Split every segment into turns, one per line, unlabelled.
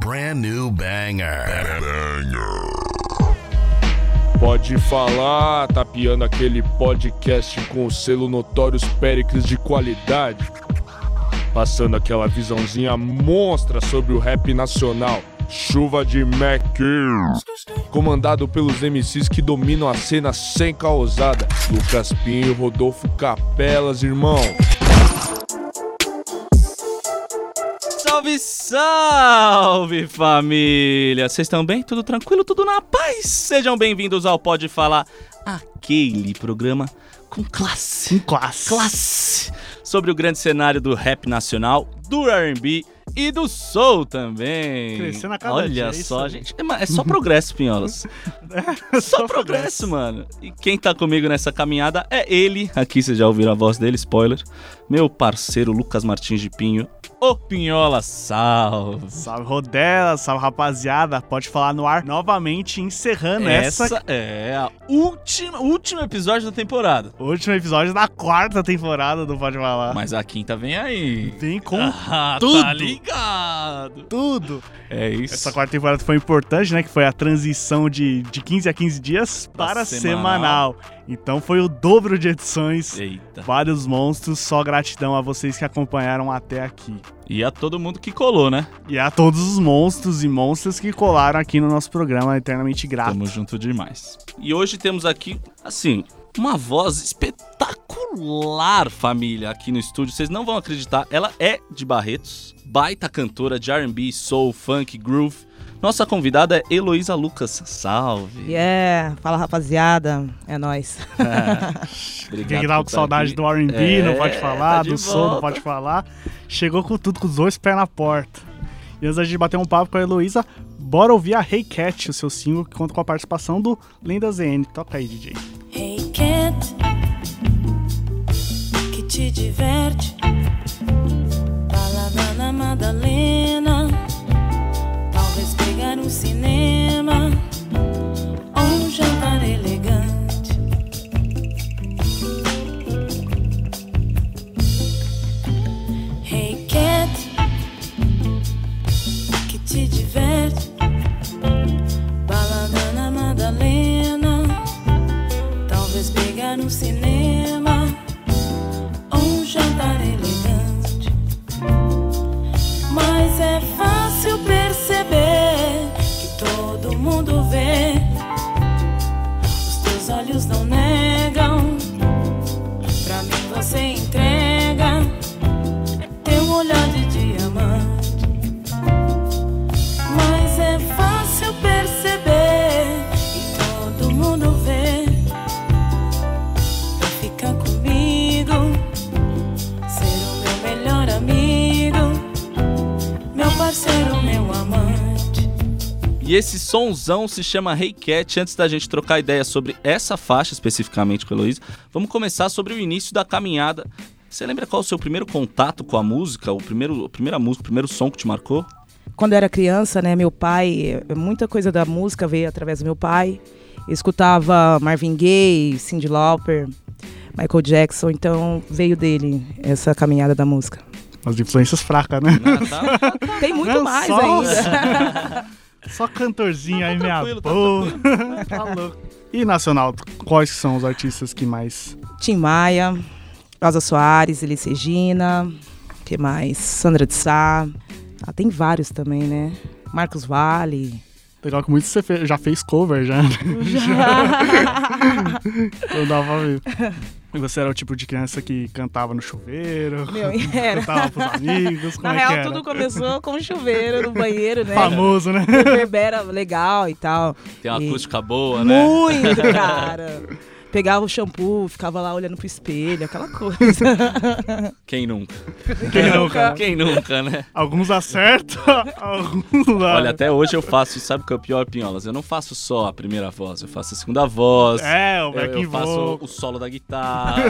brand new banger.
Pode falar, tapeando aquele podcast com o selo Notórios Péricles de qualidade. Passando aquela visãozinha monstra sobre o rap nacional. Chuva de Mac. Comandado pelos MCs que dominam a cena sem causada. Lucas Pinho, Rodolfo Capelas, irmão.
Salve, salve família! Vocês estão bem? Tudo tranquilo? Tudo na paz? Sejam bem-vindos ao Pode Falar, aquele programa com classe. Com classe. Classe! Sobre o grande cenário do rap nacional, do RB e do soul também.
Crescendo a cada
Olha
dia, é isso
só,
aí. É,
gente. É, mas é só progresso, Pinholas. Só progresso, mano. E quem tá comigo nessa caminhada é ele. Aqui vocês já ouviram a voz dele, spoiler. Meu parceiro Lucas Martins de Pinho. Ô Pinhola, salve.
Salve Rodela, salve rapaziada. Pode falar no ar novamente, encerrando essa.
Essa é a última, último episódio da temporada.
Último episódio da quarta temporada do Pode Falar.
Mas a quinta vem aí.
Ah. Vem com
Ah, Tá
tudo.
ligado.
tudo.
É isso.
Essa quarta temporada foi importante, né? Que foi a transição de, de 15 a 15 dias
Pra
para
semanal.
semanal. Então foi o dobro de edições.
Eita.
Vários monstros, só gratidão a vocês que acompanharam até aqui.
E a todo mundo que colou, né?
E a todos os monstros e monstras que colaram aqui no nosso programa, eternamente grato.
Tamo junto demais. E hoje temos aqui, assim, uma voz espetacular, família, aqui no estúdio. Vocês não vão acreditar, ela é de Barretos, baita cantora de R&B, soul, funk, groove. Nossa convidada é Heloísa Lucas. Salve.
Yeah, é, fala rapaziada, é nóis.
Obrigado
Quem que tava
por
com
tá
saudade
aqui.
do R&B,
É,
não pode falar,
tá de
do som,
volta.
não pode falar. Chegou com tudo, com os dois pés na porta. E antes da gente bater um papo com a Heloísa, bora ouvir a Hey Cat, o seu single que conta com a participação do Lenda ZN. Toca aí, DJ.
Hey cat, que te diverte? Balada na Madalena, talvez pegar um cinema ou um jantar elegante. Hey cat, que te diverte? Balada na Madalena. Talvez pegar no cinema ou um jantar elegante. Mas é fácil perceber que todo mundo vê. Os teus olhos não negam. Pra mim você entrega teu olhar de diamante. Mas é fácil perceber e todo mundo vê fica comigo, ser o meu melhor amigo, meu parceiro, meu amante.
E esse sonzão se chama Hey Cat. Antes da gente trocar ideia sobre essa faixa especificamente com a Heloísa, vamos começar sobre o início da caminhada. Você lembra qual o seu primeiro contato com a música? O primeiro, a primeira música, o primeiro som que te marcou?
Quando eu era criança, né, meu pai, muita coisa da música veio através do meu pai. Eu escutava Marvin Gaye, Cyndi Lauper, Michael Jackson, então veio dele essa caminhada da música.
As influências fracas, né?
Ah, tá.
Tem muito
Não,
mais
só-
ainda.
Só cantorzinho aí, minha
tranquilo, tá
porra. Tá louco. E nacional, quais são os artistas que mais...
Tim Maia, Rosa Soares, Elis Regina, que mais? Sandra de Sá. Ah, tem vários também, né? Marcos Vale.
Legal que muitos você fe- já fez cover, já. né? Eu dava pra ver. E você era o tipo de criança que cantava no chuveiro,
Meu, era.
cantava pros amigos, como
Na
é que
real,
era?
tudo começou com um chuveiro no banheiro, né?
Famoso, né?
Reverbera legal e tal.
Tem uma
E-
acústica boa, né?
Muito, cara. Pegava o shampoo, ficava lá olhando pro espelho, aquela coisa.
Quem nunca?
Quem não, cara?
Quem nunca, né?
Alguns acertam, alguns lá.
Olha, até hoje eu faço, isso. sabe o que é o pior, Pinholas? Eu não faço só a primeira voz, eu faço a segunda voz.
É,
Eu,
o back
eu faço
vocal.
o solo da guitarra.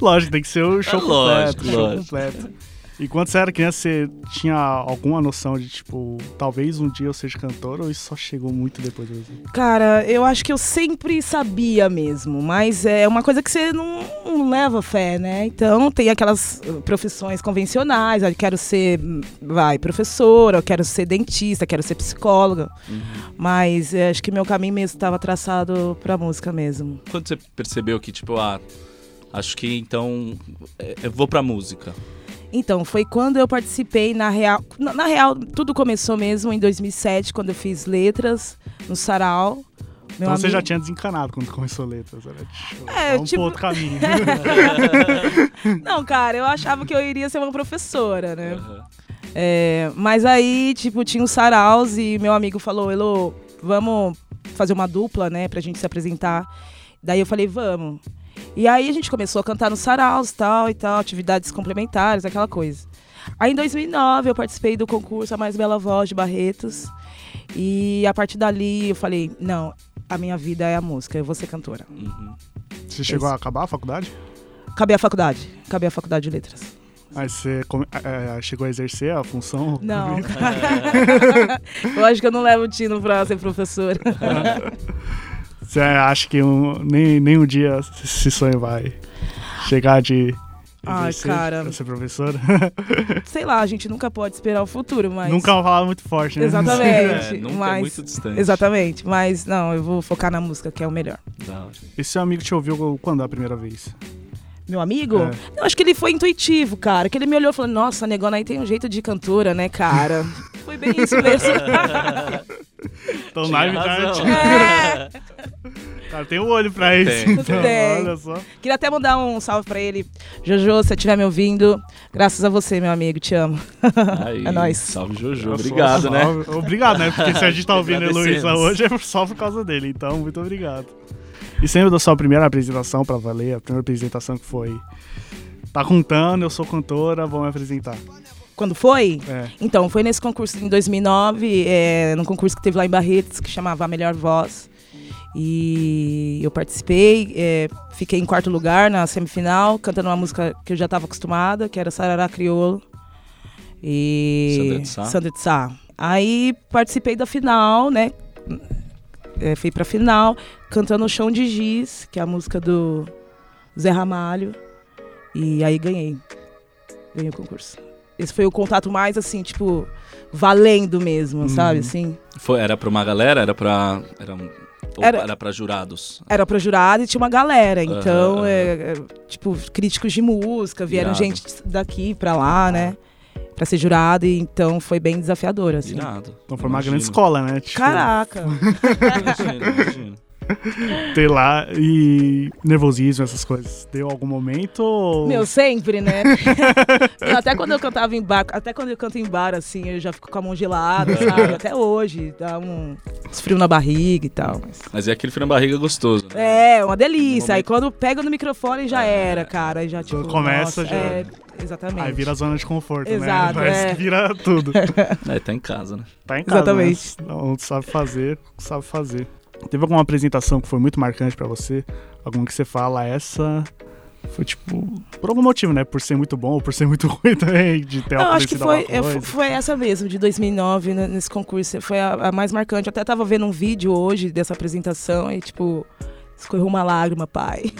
Lógico, tem que ser o show
lógico,
completo. show
É lógico.
completo. E quando você era criança, você tinha alguma noção de, tipo, talvez um dia eu seja cantor ou isso só chegou muito depois mesmo?
Cara, eu acho que eu sempre sabia mesmo, mas é uma coisa que você não, não leva fé, né? Então tem aquelas uh, profissões convencionais, ah, eu quero ser, hum, vai, professora, eu quero ser dentista, quero ser psicóloga.
Uhum.
Mas é, acho que meu caminho mesmo estava traçado pra música mesmo.
Quando você percebeu que, tipo, ah, acho que então é, eu vou pra música.
Então, foi quando eu participei, na real, na, na real, tudo começou mesmo em 2007, quando eu fiz letras no Sarau. Meu
então você
amigo-
já tinha desencanado quando começou letras, era tipo,
É,
vamos
tipo-
pro outro caminho.
Não, cara, eu achava que eu iria ser uma professora, né? É, mas aí, tipo, tinha o Saraus e meu amigo falou, Elo, vamos fazer uma dupla, né, pra gente se apresentar. Daí eu falei, vamos. E aí a gente começou a cantar no Saraus, tal e tal, atividades complementares, aquela coisa. Aí em 2009 eu participei do concurso A Mais Bela Voz de Barretos. E a partir dali eu falei, não, a minha vida é a música, eu vou ser cantora.
Uhum.
Você chegou a acabar a faculdade?
Acabei a faculdade, acabei a faculdade de letras.
Aí você come- é, é, chegou a exercer a função?
Não. eu acho que eu não levo o Tino pra ser professora.
Você acha que um- nem, nem um dia esse sonho vai chegar de
Ai,
exercer,
cara.
pra ser professora?
Sei lá, a gente nunca pode esperar o futuro, mas.
Nunca é uma palavra muito forte, né?
Exatamente.
É, nunca é
mas...
muito distante.
Exatamente. Mas não, eu vou focar na música, que é o melhor.
Da hora.
Esse seu amigo te ouviu quando a primeira vez?
Meu amigo?
É.
Eu acho que ele foi intuitivo, cara. Que ele me olhou e falou: Nossa, negona, aí tem um jeito de cantora, né, cara? foi bem isso mesmo.
Então,
Tinha
Live Dart,
razão.
É.
cara, tem um olho pra isso.
Tem,
então,
tem.
olha só.
Queria até mandar um salve pra ele. Jojo, se você estiver me ouvindo, graças a você, meu amigo, te amo.
Aí,
é nóis.
Salve, Jojo.
Nossa,
Obrigado, né?
salve. Obrigado, né? Porque se a gente tá ouvindo a Heloísa
Agradecemos.
hoje é só por causa dele, então muito obrigado. E sempre da sua primeira apresentação pra valer, a primeira apresentação que foi. Tá contando, eu sou cantora, vou me apresentar.
Quando foi?
É.
Então, foi nesse concurso em 2009, é, num concurso que teve lá em Barretos, que chamava A Melhor Voz. E eu participei, é, fiquei em quarto lugar na semifinal, cantando uma música que eu já estava acostumada, que era Sarará Crioulo. E.
Sandra de Sá.
Sandra de Sá. Aí participei da final, né? É, fui pra final, cantando o Chão de Giz, que é a música do Zé Ramalho. E aí ganhei. Ganhei o concurso. Esse foi o contato mais, assim, tipo, valendo mesmo,
Uhum.
sabe? Assim,
Foi, era pra uma galera? Era pra. Era, um- ou
Era-
era pra jurados?
era pro jurado e tinha uma galera. Então,
Aham,
é, é, tipo, críticos de música, vieram
Irado.
gente daqui pra lá, né? Pra ser jurado, e então foi bem desafiador, assim.
Irado.
Então foi uma
Imagino.
grande escola, né? Tipo,
Caraca!
Imagino, imagino.
Ter lá e nervosismo, essas coisas. Deu algum momento? ou-
Meu, sempre, né? Meu, até quando eu cantava em bar, até quando eu canto em bar, assim, eu já fico com a mão gelada, sabe? Até hoje, dá um uns frio na barriga e tal. mas-
Mas é aquele frio na barriga gostoso. né?
É, uma delícia. Aí
momento-
quando pega no microfone já era, cara. Aí já tipo.
É. Quando começa,
nossa,
já-
É, exatamente.
Aí vira zona de conforto, né?
Exato,
Parece
é.
que vira tudo.
É, tá em casa, né?
Tá em casa.
Exatamente.
né? Não sabe fazer, sabe fazer. Teve alguma apresentação que foi muito marcante pra você? Alguma que você fala, essa foi tipo. Por algum motivo, né? Por ser muito bom ou por ser muito ruim também, de ter
Não, acho que
acontecido
foi,
alguma
eu-
coisa.
foi essa mesmo, de 2009, né, nesse concurso. Foi a, a mais marcante. Eu até tava vendo um vídeo hoje dessa apresentação e, tipo, escorreu uma lágrima, pai.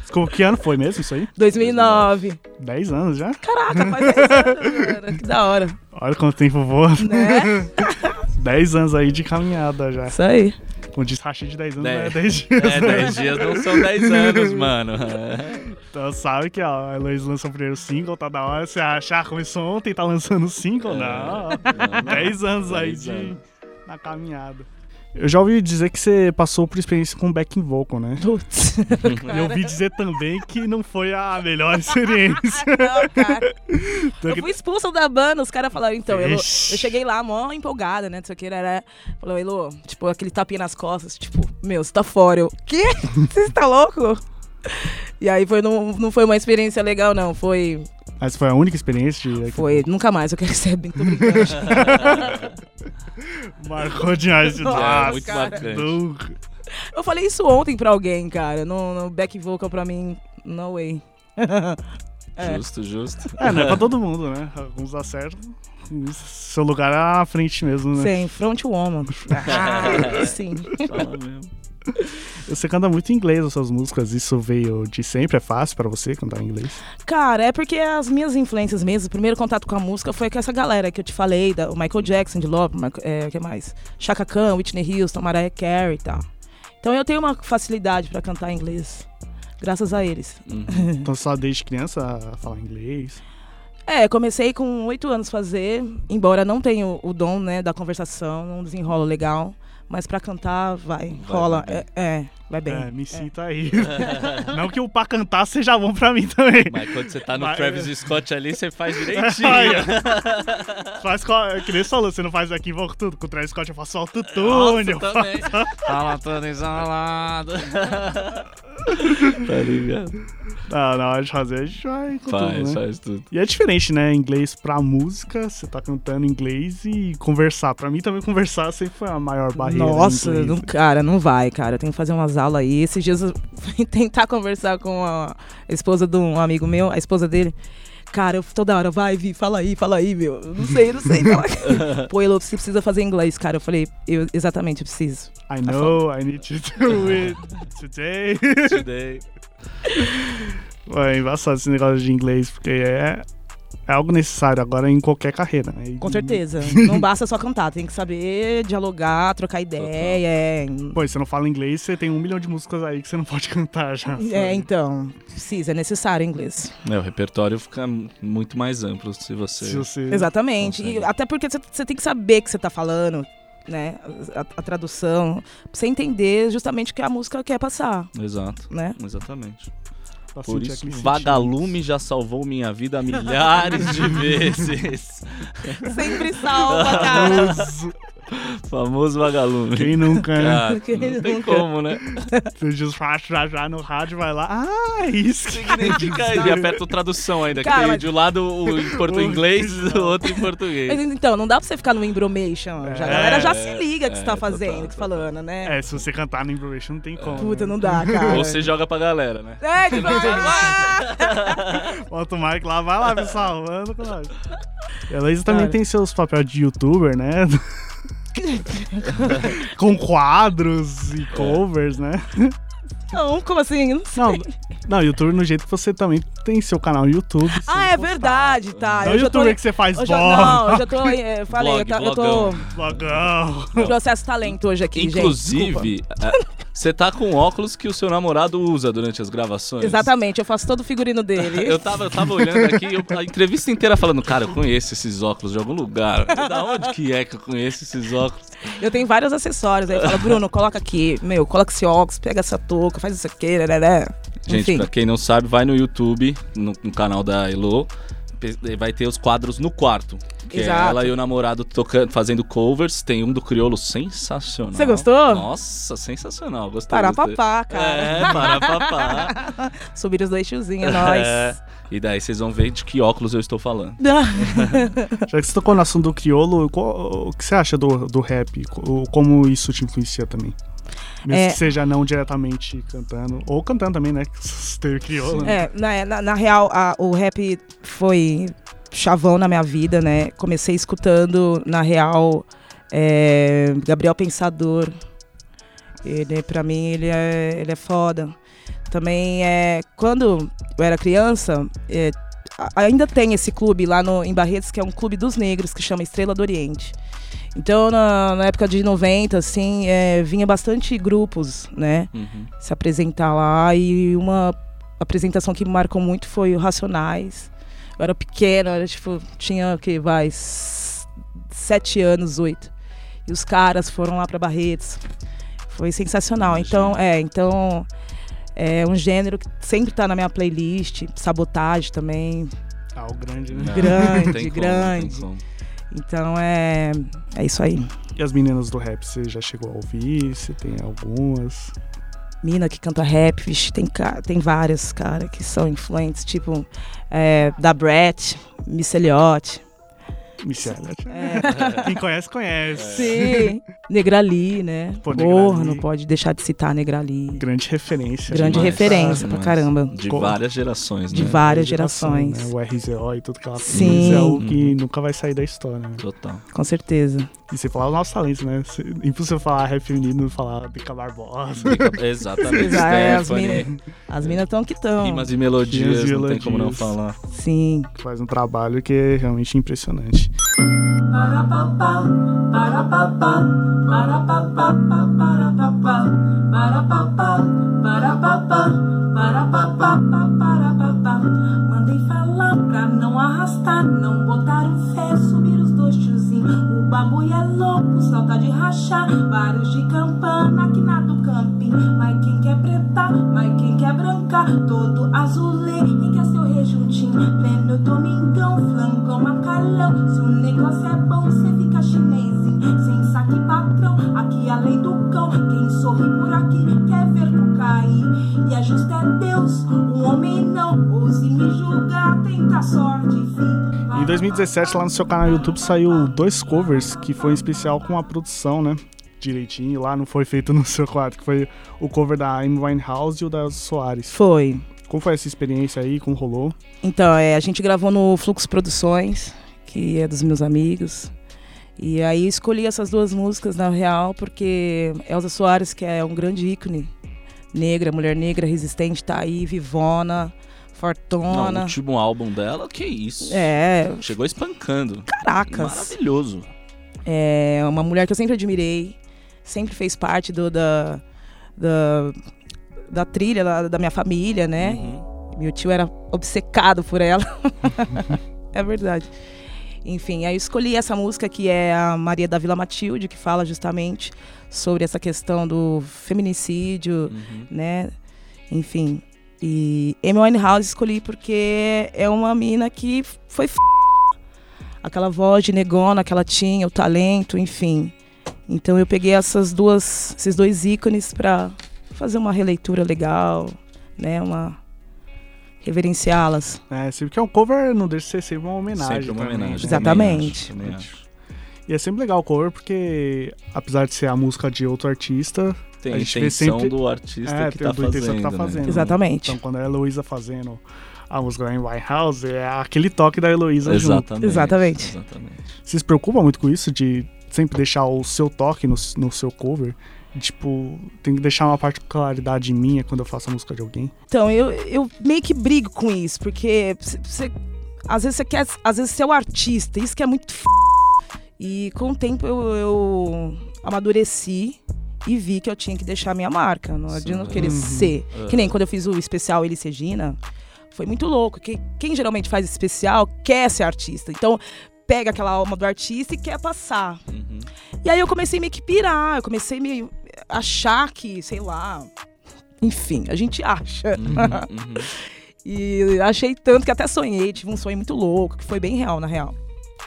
Desculpa, que ano foi mesmo isso aí?
2009.
10 anos já?
Caraca, faz 10 anos, né, mano. Que da hora,
Olha quanto tempo voa.
né?
10 anos aí de caminhada já.
Isso aí.
Com desrache de 10 anos,
Dez.
né? 10 dias.
É, 10 dias não são 10 anos, mano. É,
Então sabe que ó, a Heloísa lançou o primeiro single, tá da hora. Você achar, começou ontem, tá lançando o single? Não. 10 anos aí
É, Dez
de,
anos.
na caminhada. Eu já ouvi dizer que você passou por experiência com backing vocal, né?
Putz.
É.
E eu ouvi dizer também que não foi a melhor experiência.
Ah, Não, cara.
Então,
Eu fui expulsa da banda, os caras falaram, então, Elô, eu
Ixi.
cheguei lá mó empolgada, né, não sei o que, era, falou, Elô, tipo, aquele tapinha nas costas, tipo, meu, você tá fora, eu, quê? Você tá louco? E aí foi, não, não foi uma experiência legal, não, foi,
Mas foi a única experiência de...
foi, nunca mais eu quero ser, bem, tô brincando.
marcou demais de
Nossa,
É,
lá.
muito
cara.
marcante.
Nunca.
Eu falei isso ontem pra alguém, cara, no, no back vocal pra mim, no way. É.
Justo, justo.
É, não é pra todo mundo, né? Alguns acertam. Seu lugar é à frente mesmo, né?
Sim, front woman. Ah, sim.
Fala mesmo.
Você canta muito em inglês as suas músicas, isso veio de sempre, é fácil pra você cantar em inglês?
Cara, é porque as minhas influências mesmo, o primeiro contato com a música foi com essa galera que eu te falei, da, o Michael Jackson, de Lopes, o é, que mais? Chaka Khan, Whitney Houston, Mariah Carey e tal. Então eu tenho uma facilidade pra cantar em inglês, graças a eles.
Então só desde criança a falar inglês.
É, comecei com oito anos fazer, embora não tenha o- o dom, né, da conversação, não desenrolo legal, mas pra cantar vai, rola,
vai bem.
é, é, vai bem.
é, me sinta aí. não que o pra cantar seja bom pra mim também.
Mas quando você tá no
Mas-
Travis Scott ali, você faz
Ai,
direitinho.
ó. faz com a, que nem você falou, você não faz aqui, vou tudo. Com o Travis Scott eu faço
Nossa, tá.
autotune. eu faço-
também. Fala todo isolado. tá ligado?
Ah, na hora de fazer, a gente vai com tudo,
Faz,
né?
faz tudo.
E é diferente, né? Inglês pra música, você tá cantando em inglês e conversar. Pra mim também conversar sempre foi a maior barreira. né, em
Nossa,
inglês.
não, cara, não vai, cara. Eu tenho que fazer umas aulas aí. Esses dias eu fui tentar conversar com a esposa de um amigo meu, a esposa dele. Cara, eu toda hora, vai, Vi, fala aí, fala aí, meu. Eu Não sei, não sei. Fala. Pô, Elô, você precisa fazer inglês, cara. Eu falei, eu exatamente, eu preciso.
I know, I need to do it today.
Today.
Ué, É embaçado esse negócio de inglês, porque é, é algo necessário agora em qualquer carreira. né? E-
Com certeza. Não basta só cantar, tem que saber dialogar, trocar ideia. É,
Pô, e você não fala inglês, você tem um milhão de músicas aí que você não pode cantar já.
é,
sabe?
então, precisa, é necessário inglês.
É, o repertório fica muito mais amplo se você.
Se você...
Exatamente. E
Consegue.
até porque você- você tem que saber o que você tá falando, né? A, a tradução. Pra você entender justamente o que a música quer passar,
Exato.
né?
Exatamente.
pra
Por
sentir
isso,
aquele
Vagalume já salvou minha vida milhares de vezes.
Sempre salva, cara.
sentimento.
Famoso Vagalume.
Quem nunca, né?
Ah,
Quem
não tem
nunca?
como, né?
Você diz já, já, já no rádio, vai lá. Ah, isso.
Significa ele aperta o tradução ainda, que
Cara,
tem
mas-
de um lado o em portu-
O
inglês o
original.
outro em
Mas,
português.
então, não dá pra você ficar no embromation. já, a
É,
galera já
é,
se liga que você
é,
tá
total,
fazendo, que
total.
falando, né?
É, se você cantar no Improvisation não tem como.
Puta,
né?
não dá, cara.
Ou você joga pra galera, né?
É, tipo, ah,
Bota o Mike lá, vai lá, pessoal. Manda com nós. E A Laísa também
Cara.
tem seus papéis de youtuber, né? com quadros e covers, né?
não, como assim? Não sei.
Não, não, youtuber no jeito que você também tem seu canal no YouTube.
ah, é verdade, tá.
Não é
eu já tô.
youtuber que você faz
eu
blog,
já, não, eu já tô. é, falei, eu,
Blog,
tá- eu tô.
blogão.
Processo talento hoje aqui, gente. desculpa.
Inclusive, a- você tá com óculos que o seu namorado usa durante as gravações.
Exatamente, eu faço todo o figurino dele.
Eu tava, eu tava olhando aqui, eu- a entrevista inteira falando, cara, eu conheço esses óculos de algum lugar. Da onde que é que eu conheço esses óculos?
Eu tenho vários acessórios. Aí fala, Bruno, coloca aqui, meu, coloca esse óculos, pega essa touca, faz isso aqui, né?
Gente,
Enfim.
pra quem não sabe, vai no YouTube, no, no canal da Elo, pe- vai ter os quadros no quarto. Que
Exato.
é ela e o namorado tocando, fazendo covers. Tem um do Criolo sensacional.
Você gostou?
Nossa, sensacional. Gostei.
Parar
gostei.
papá, cara.
É, para papá.
Subir os dois tiozinhos, é nóis.
É. E daí vocês vão ver de que óculos eu estou falando.
Já que você tocou no assunto do criolo, qual- o que você acha do, do rap? Co- Como isso te influencia também? Mesmo
É.
que seja não diretamente cantando, ou cantando também, né? Que você Teve criolo. né?
É, na, na- na real, a- o rap foi chavão na minha vida, né? Comecei escutando, na real, é, Gabriel Pensador. Ele, pra mim, ele é, ele é foda. Também, é, quando eu era criança, é, a- ainda tem esse clube lá no, em Barretos, que é um clube dos negros, que chama Estrela do Oriente. Então, na, na época de 90, assim, é, vinha bastante grupos, né?
Uhum.
se apresentar lá. E uma apresentação que me marcou muito foi o Racionais. Eu era pequena, eu era, tipo, tinha o que vai, s- sete anos, oito. E os caras foram lá para Barretos. Foi sensacional.
Imagino.
Então, é, então é um gênero que sempre tá na minha playlist, sabotagem também.
Ah, o grande, né?
Não,
Grande,
não É. tem como, não tem
grande.
como.
Então é é isso aí.
E as meninas do rap, você já chegou a ouvir? Você tem algumas?
mina que canta rap, vixe, tem, ca- tem várias, cara, que são influentes, tipo é, da Brett, Miss Elliott,
Michelle.
É,
Quem conhece, conhece.
sim. Negrali, né?
Pô,
Porra,
Negrali.
não pode deixar de citar Negrali.
Grande referência.
Grande
Demais.
referência pra caramba.
De
Co-
várias gerações,
De
né?
várias
Geração,
gerações.
né? O RZO e tudo que ela fez
Sim.
é algo que nunca vai sair da história. né?
Total.
Com certeza.
E sem falar os nossos talentos, né? Se- Impossível falar rap feminino e falar Bica Barbosa.
Exatamente.
Ah, é, as
Stephanie.
As minas estão que estão.
Rimas e melodias,
Rimas e
não tem como não
melodias.
falar.
Sim.
que Faz um trabalho que é realmente impressionante.
Mandei falar pra não arrastar, não botar o fé, subir os dois tiozinhos. O bagulho é louco, salta de rachar. Barulho de campana que nada do camping. Mas quem quer preta, mas quem quer branca, todo azulê, quem quer seu rejuntinho. Pleno domingão, flangão, macalão. Se o negócio é bom, cê fica chinesinho. Sem saque patrão, aqui é a lei do cão. Quem sorri por aqui quer ver tu cair. E a justa é Deus, o homem não. Ouse me julgar, tenta a sorte, fim.
Em 2017, lá no seu canal no YouTube, saiu dois covers que foi em especial com a produção, né? Direitinho, lá não foi feito no seu quadro, que foi o cover da Amy Winehouse e o da Elza Soares.
Foi.
Como foi essa experiência aí? Como rolou?
Então, é, a gente gravou no Fluxo Produções, que é dos meus amigos. E aí escolhi essas duas músicas, na real, porque Elza Soares, que é um grande ícone negra, mulher negra, resistente, tá aí, vivona,
Não,
fortona.
o último álbum dela, que isso.
é,
Chegou espancando.
caracas.
Maravilhoso.
É uma mulher que eu sempre admirei, sempre fez parte do, da, da, da trilha da, da minha família, né?
Uhum.
Meu tio era obcecado por ela. é verdade. Enfim, aí eu escolhi essa música que é a Maria da Vila Matilde, que fala justamente sobre essa questão do feminicídio,
Uhum.
né? Enfim. E Amy Winehouse escolhi porque é uma mina que foi f... aquela voz de negona que ela tinha, o talento, enfim. Então eu peguei essas duas, esses dois ícones pra fazer uma releitura legal, né? Uma reverenciá-las.
É, sempre que é um cover, não deixa de ser sempre uma homenagem.
Sempre uma
também,
homenagem.
né?
Exatamente.
Também acho, também
E é sempre legal o cover, porque apesar de ser a música de outro artista,
acho. Tem
A
a
gente vê
intenção
sempre-
do artista
É,
que
tem
tá
do intenção
fazendo.
que tá fazendo.
Né?
Exatamente.
então quando é a Heloísa fazendo a música da Amy Winehouse, é aquele toque da Heloísa junto.
Exatamente.
Exatamente.
Exatamente.
Vocês se preocupam muito com isso de sempre deixar o seu toque no, no seu cover? Tipo, tem que deixar uma particularidade minha quando eu faço a música de alguém.
Então, eu, eu meio que brigo com isso, porque cê- cê- às vezes você quer, às vezes você é o artista, isso que é muito f... E com o tempo eu, eu amadureci e vi que eu tinha que deixar a minha marca, não adianta eu
Sim.
querer
Uhum.
ser.
Uhum.
Que nem quando eu fiz o especial Elis Regina, foi muito louco, que quem geralmente faz especial quer ser artista, então pega aquela alma do artista e quer passar.
Uhum.
E aí eu comecei a meio que pirar, eu comecei a me achar que, sei lá. Enfim, a gente acha.
Uhum. Uhum.
E achei tanto que até sonhei, tive um sonho muito louco, que foi bem real, na real.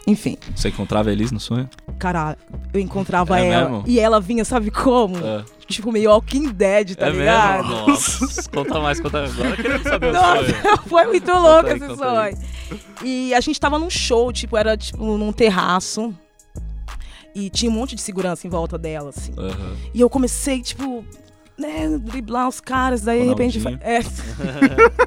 Enfim,
Você encontrava Elis no sonho?
cara, eu encontrava
É
ela
mesmo?
e ela vinha, sabe como?
É,
Tipo, meio Walking Dead, tá
é
ligado?
mesmo? Nossa, conta mais, conta mais. Agora eu queria saber o
Nossa,
sonho.
foi muito louco
aí,
esse
conta aí.
sonho. E a gente tava num show, tipo, era tipo num terraço. E tinha um monte de segurança em volta dela, assim.
Uhum.
E eu comecei, tipo, né, driblar os caras, daí de repente.
Ronaldinho.
É,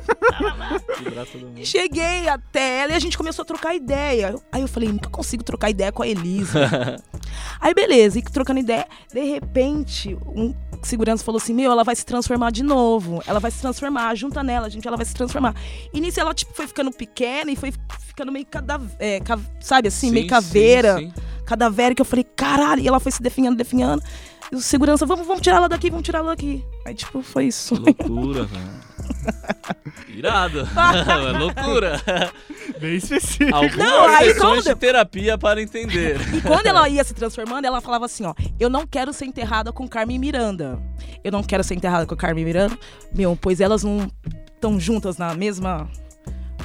Vibrar todo mundo.
cheguei até ela e a gente começou a trocar ideia. Aí eu falei, nunca consigo trocar ideia com a Elisa. Aí beleza, e trocando ideia, de repente, um segurança falou assim: Meu, ela vai se transformar de novo. Ela vai se transformar, junta nela, gente, ela vai se transformar. E nisso ela, tipo, foi ficando pequena e foi ficando meio cadavera, sabe assim, meio caveira
Sim, sim.
cadavérica. Eu falei, caralho, e ela foi se definhando, definhando. E o segurança, vamos, vamos tirar ela daqui, vamos tirar ela daqui. Aí, tipo, foi
Que
isso.
loucura, velho. Irado. É loucura.
Bem específico.
Algumas
Não, aí um
sessões de
quando-
terapia para entender.
E quando ela ia se transformando, ela falava assim, ó, eu não quero ser enterrada com Carmen Miranda. Eu não quero ser enterrada com Carmen Miranda. Meu, pois elas não estão juntas na mesma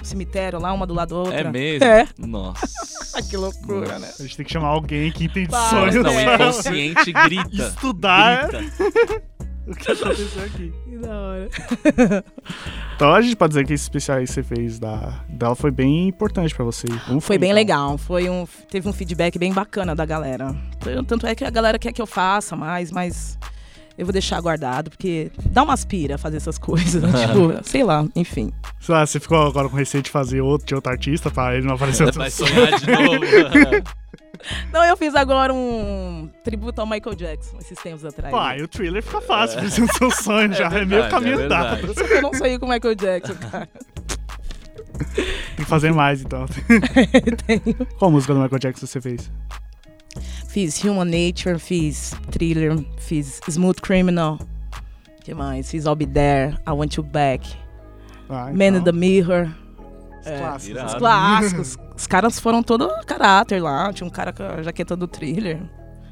cemitério lá, uma do lado da outra.
É mesmo?
É.
Nossa.
Que loucura, né?
A gente tem que chamar alguém que entende
Pá,
é
sonhos.
Não, o
Nossa. Ah, é?
inconsciente grita.
Estudar.
Grita.
o que aconteceu aqui.
Que da hora.
Então a gente pode dizer que esse especial aí que você fez da, dela foi bem importante pra você. Como
Foi bem
então?
legal, foi um, teve um feedback bem bacana da galera. Foi- Tanto é que a galera quer que eu faça mais, mas eu vou deixar guardado, porque dá uma aspira fazer essas coisas, né? tipo, sei lá, enfim.
Sei lá, você ficou agora com receio de fazer outro de outro artista pra ele não aparecer outro.
Vai sonhar de novo.
Não, eu fiz agora um tributo ao Michael Jackson esses tempos atrás.
Pai, o thriller fica fácil, precisa do seu sonho já. É, meio
verdade,
caminho
é
andado.
verdade.
Por isso que eu não sonhei com o Michael Jackson, cara.
Tem que fazer mais então. Qual música do Michael Jackson você fez?
Fiz Human Nature, fiz Thriller, fiz Smooth Criminal. que mais? Fiz I'll Be There, I Want You Back,
Ah,
Man in the Mirror.
é, clássicos.
Os
Irado.
clássicos. Os caras foram todo caráter lá. Tinha um cara com a jaqueta do thriller.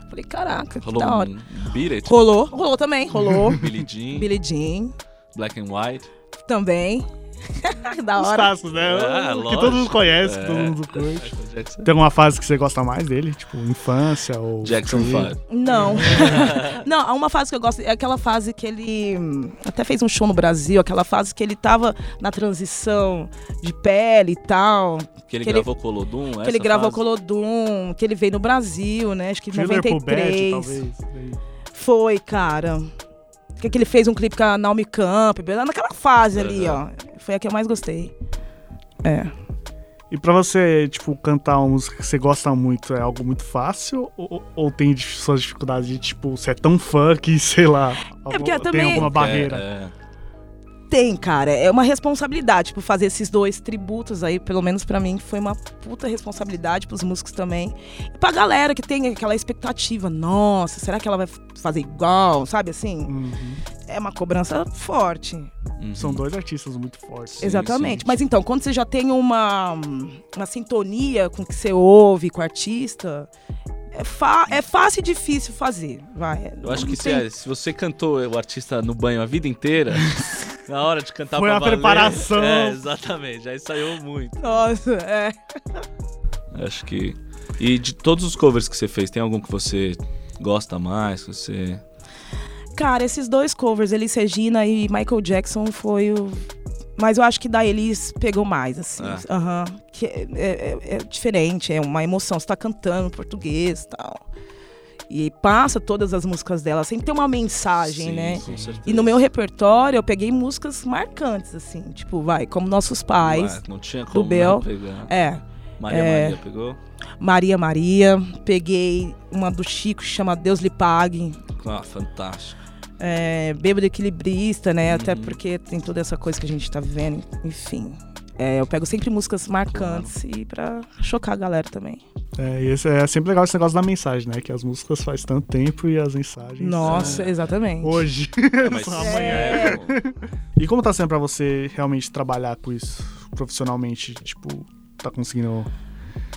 Falei, caraca, que
Rolou
da hora.
um Beat It,
Rolou, rolou também, rolou.
Billie Jean,
Billie Jean
Black and White.
também. da
Os
hora.
clássicos, né?
Ah,
que
lógico.
todo mundo conhece, que
É.
todo mundo curte.
Michael Jackson.
Tem alguma fase que você gosta mais dele? Tipo, infância ou.
Jackson
Thriller?
5.
Não. Não, há uma fase que eu gosto. É aquela fase que ele. hum, Até fez um show no Brasil, aquela fase que ele tava na transição de pele e tal.
Que ele
Que ele-
gravou Colodum,
que ele gravou Colodum, que ele veio no Brasil, né? Acho que em
Thriller pro Bad, talvez.
93.
Daí.
Foi, cara. Que, que ele fez um clipe com a Naomi Campbell, naquela fase ali, ó. Foi a que eu mais gostei. É.
E pra você, tipo, cantar uma música que você gosta muito, é algo muito fácil? Ou, ou tem dif- suas dificuldades de, tipo, você é tão fã que, sei lá, alguma-
É porque eu
tem
É,
também-
alguma barreira?
Tem, cara. É uma responsabilidade, tipo, fazer esses dois tributos aí, pelo menos pra mim, foi uma puta responsabilidade pros músicos também. E pra galera que tem aquela expectativa, nossa, será que ela vai f- fazer igual, sabe assim?
Uhum.
É uma cobrança forte.
é,
São
uhum.
dois artistas muito fortes.
Sim,
Exatamente.
sim.
Mas então, quando você já tem uma, uma sintonia com o que você ouve, com o artista, é, fa- é fácil e difícil fazer. Vai.
Eu acho
Não
que se,
tem-
é- se você cantou o artista no banho a vida inteira, na hora de cantar
Foi
pra
a
valer-
preparação.
É, exatamente. Aí saiu muito.
Nossa, é.
Acho que. E de todos os covers que você fez, tem algum que você gosta mais? Que você.
Cara, esses dois covers, Elis Regina e Michael Jackson, foi o. Mas eu acho que da Elis pegou mais, assim.
É.
Aham. Que é, é- é- é diferente, é uma emoção. Você tá cantando em português e tal. E passa todas as músicas dela, sempre tem uma mensagem,
Sim,
né?
com certeza.
E no meu repertório eu peguei músicas marcantes, assim, tipo, vai, como Nossos Pais.
Ué, Não tinha como
Bel.
não pegar.
É,
Maria
É.
Maria pegou?
Maria Maria. Peguei uma do Chico que chama Deus lhe pague.
Ah, fantástico.
É, bêbado equilibrista, né? Até porque tem toda essa coisa que a gente tá vivendo, enfim. É, eu pego sempre músicas marcantes e pra chocar a galera também.
É, e esse- é sempre legal esse negócio da mensagem, né? Que as músicas faz tanto tempo e as mensagens.
Nossa, exatamente.
É. Hoje.
É, mas
Só
amanhã.
E como tá sendo pra você realmente trabalhar com isso profissionalmente? Tipo, tá conseguindo.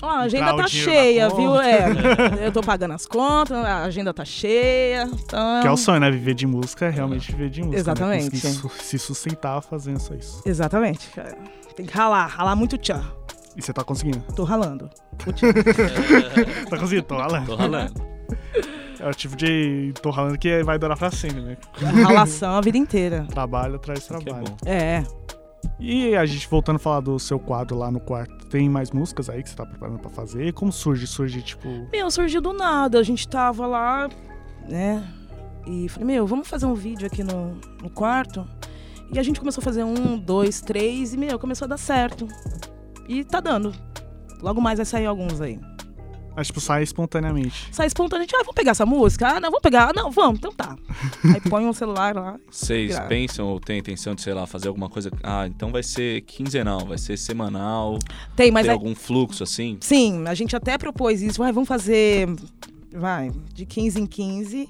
Ó, a agenda
Entrar o
tá
dinheiro na
cheia,
conta.
viu? É, eu tô pagando as contas, a agenda tá cheia. Então...
Que é o sonho, né? Viver de música é realmente viver de música. né?
Exatamente.
Conseguir su- se sustentar fazendo só isso.
Exatamente, cara. Tem que ralar, ralar muito tchan.
E você tá conseguindo.
Tô ralando.
Tá conseguindo, tô ralando.
Tô ralando.
É o tipo de tô ralando que vai durar pra sempre, né?
Ralação a vida inteira.
Trabalho traz
Que é
trabalho.
bom.
É.
e a gente voltando a falar do seu quadro lá no quarto, tem mais músicas aí que você tá preparando pra fazer? Como surge? Surge, tipo.
Meu, surgiu do nada. A gente tava lá, né? E falei, meu, vamos fazer um vídeo aqui no, no quarto. E a gente começou a fazer um, dois, três, e, meu, começou a dar certo. E tá dando. Logo mais vai sair alguns aí.
Acho que tipo, sai espontaneamente.
Sai espontaneamente, ah, vamos pegar essa música? Ah, não, vamos pegar. Ah, não, vamos, então tá. Aí põe um celular lá.
Vocês
Irado.
pensam ou têm a intenção de, sei lá, fazer alguma coisa? Ah, então vai ser quinzenal, vai ser semanal,
Tem, mas é
tem
aí,
algum fluxo assim?
Sim, a gente até propôs isso. Vai, vamos fazer. Vai, de 15 em 15.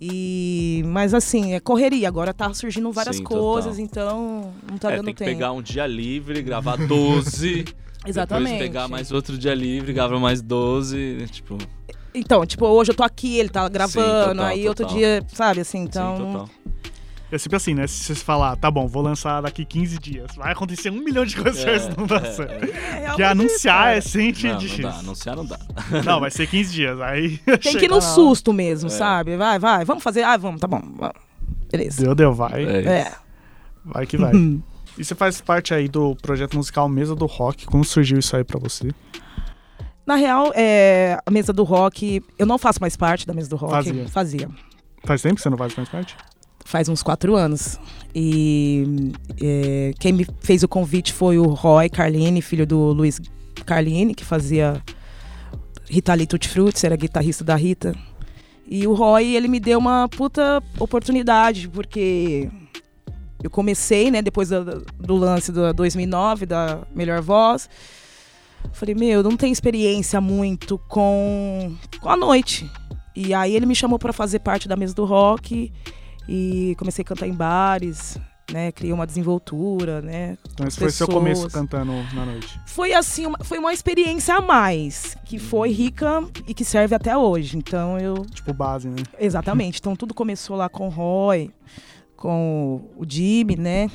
E, mas assim, é correria. Agora tá surgindo várias
Sim, total.
coisas, então não tá
é,
dando
tem que
tempo.
pegar um dia livre, gravar 12.
Exatamente.
Depois pegar mais outro dia livre, grava mais 12. Tipo, sim,
Então, tipo, hoje eu tô aqui, ele tá gravando,
total,
aí outro
total.
dia, sabe, assim, então.
total.
É sempre assim, né? Se você falar, tá bom, vou lançar daqui 15 dias. Vai acontecer um milhão de coisas, isso não dá certo.
É,
Porque
realmente,
anunciar
cara,
é sempre
Não, não
difícil.
dá, anunciar não dá.
Não, vai ser 15 dias. Aí.
Tem que ir no
sul
É.
susto mesmo, sabe? Vai, vai, vamos fazer. Ah, vamos, tá bom. Beleza.
Deu, deu, vai.
É.
É.
Vai que vai. E você faz parte aí do projeto musical Mesa do Rock. Como surgiu isso aí pra você?
Na real, é, a mesa do rock. Eu não faço mais parte da mesa do rock.
Fazia. Faz tempo que você não faz mais parte?
Faz uns quatro anos. E é, quem me fez o convite foi o Roy Carlini, filho do Luiz Carlini, que fazia Rita Lee Tutti Frutti, era guitarrista da Rita. E o Roy, ele me deu uma puta oportunidade, porque eu comecei, né, depois da- do, lance da 2009, da Melhor Voz. Falei, meu, eu não tenho experiência muito com, com a noite. E aí ele me chamou pra fazer parte da mesa do rock e comecei a cantar em bares, né, criei uma desenvoltura, né,
Então esse foi seu
Pessoas.
começo cantando na noite.
foi assim, uma- foi uma experiência a mais, que foi rica e que serve até hoje. Então eu.
Tipo base, né?
Exatamente. Então tudo começou lá com o Roy, com o Jimmy, né?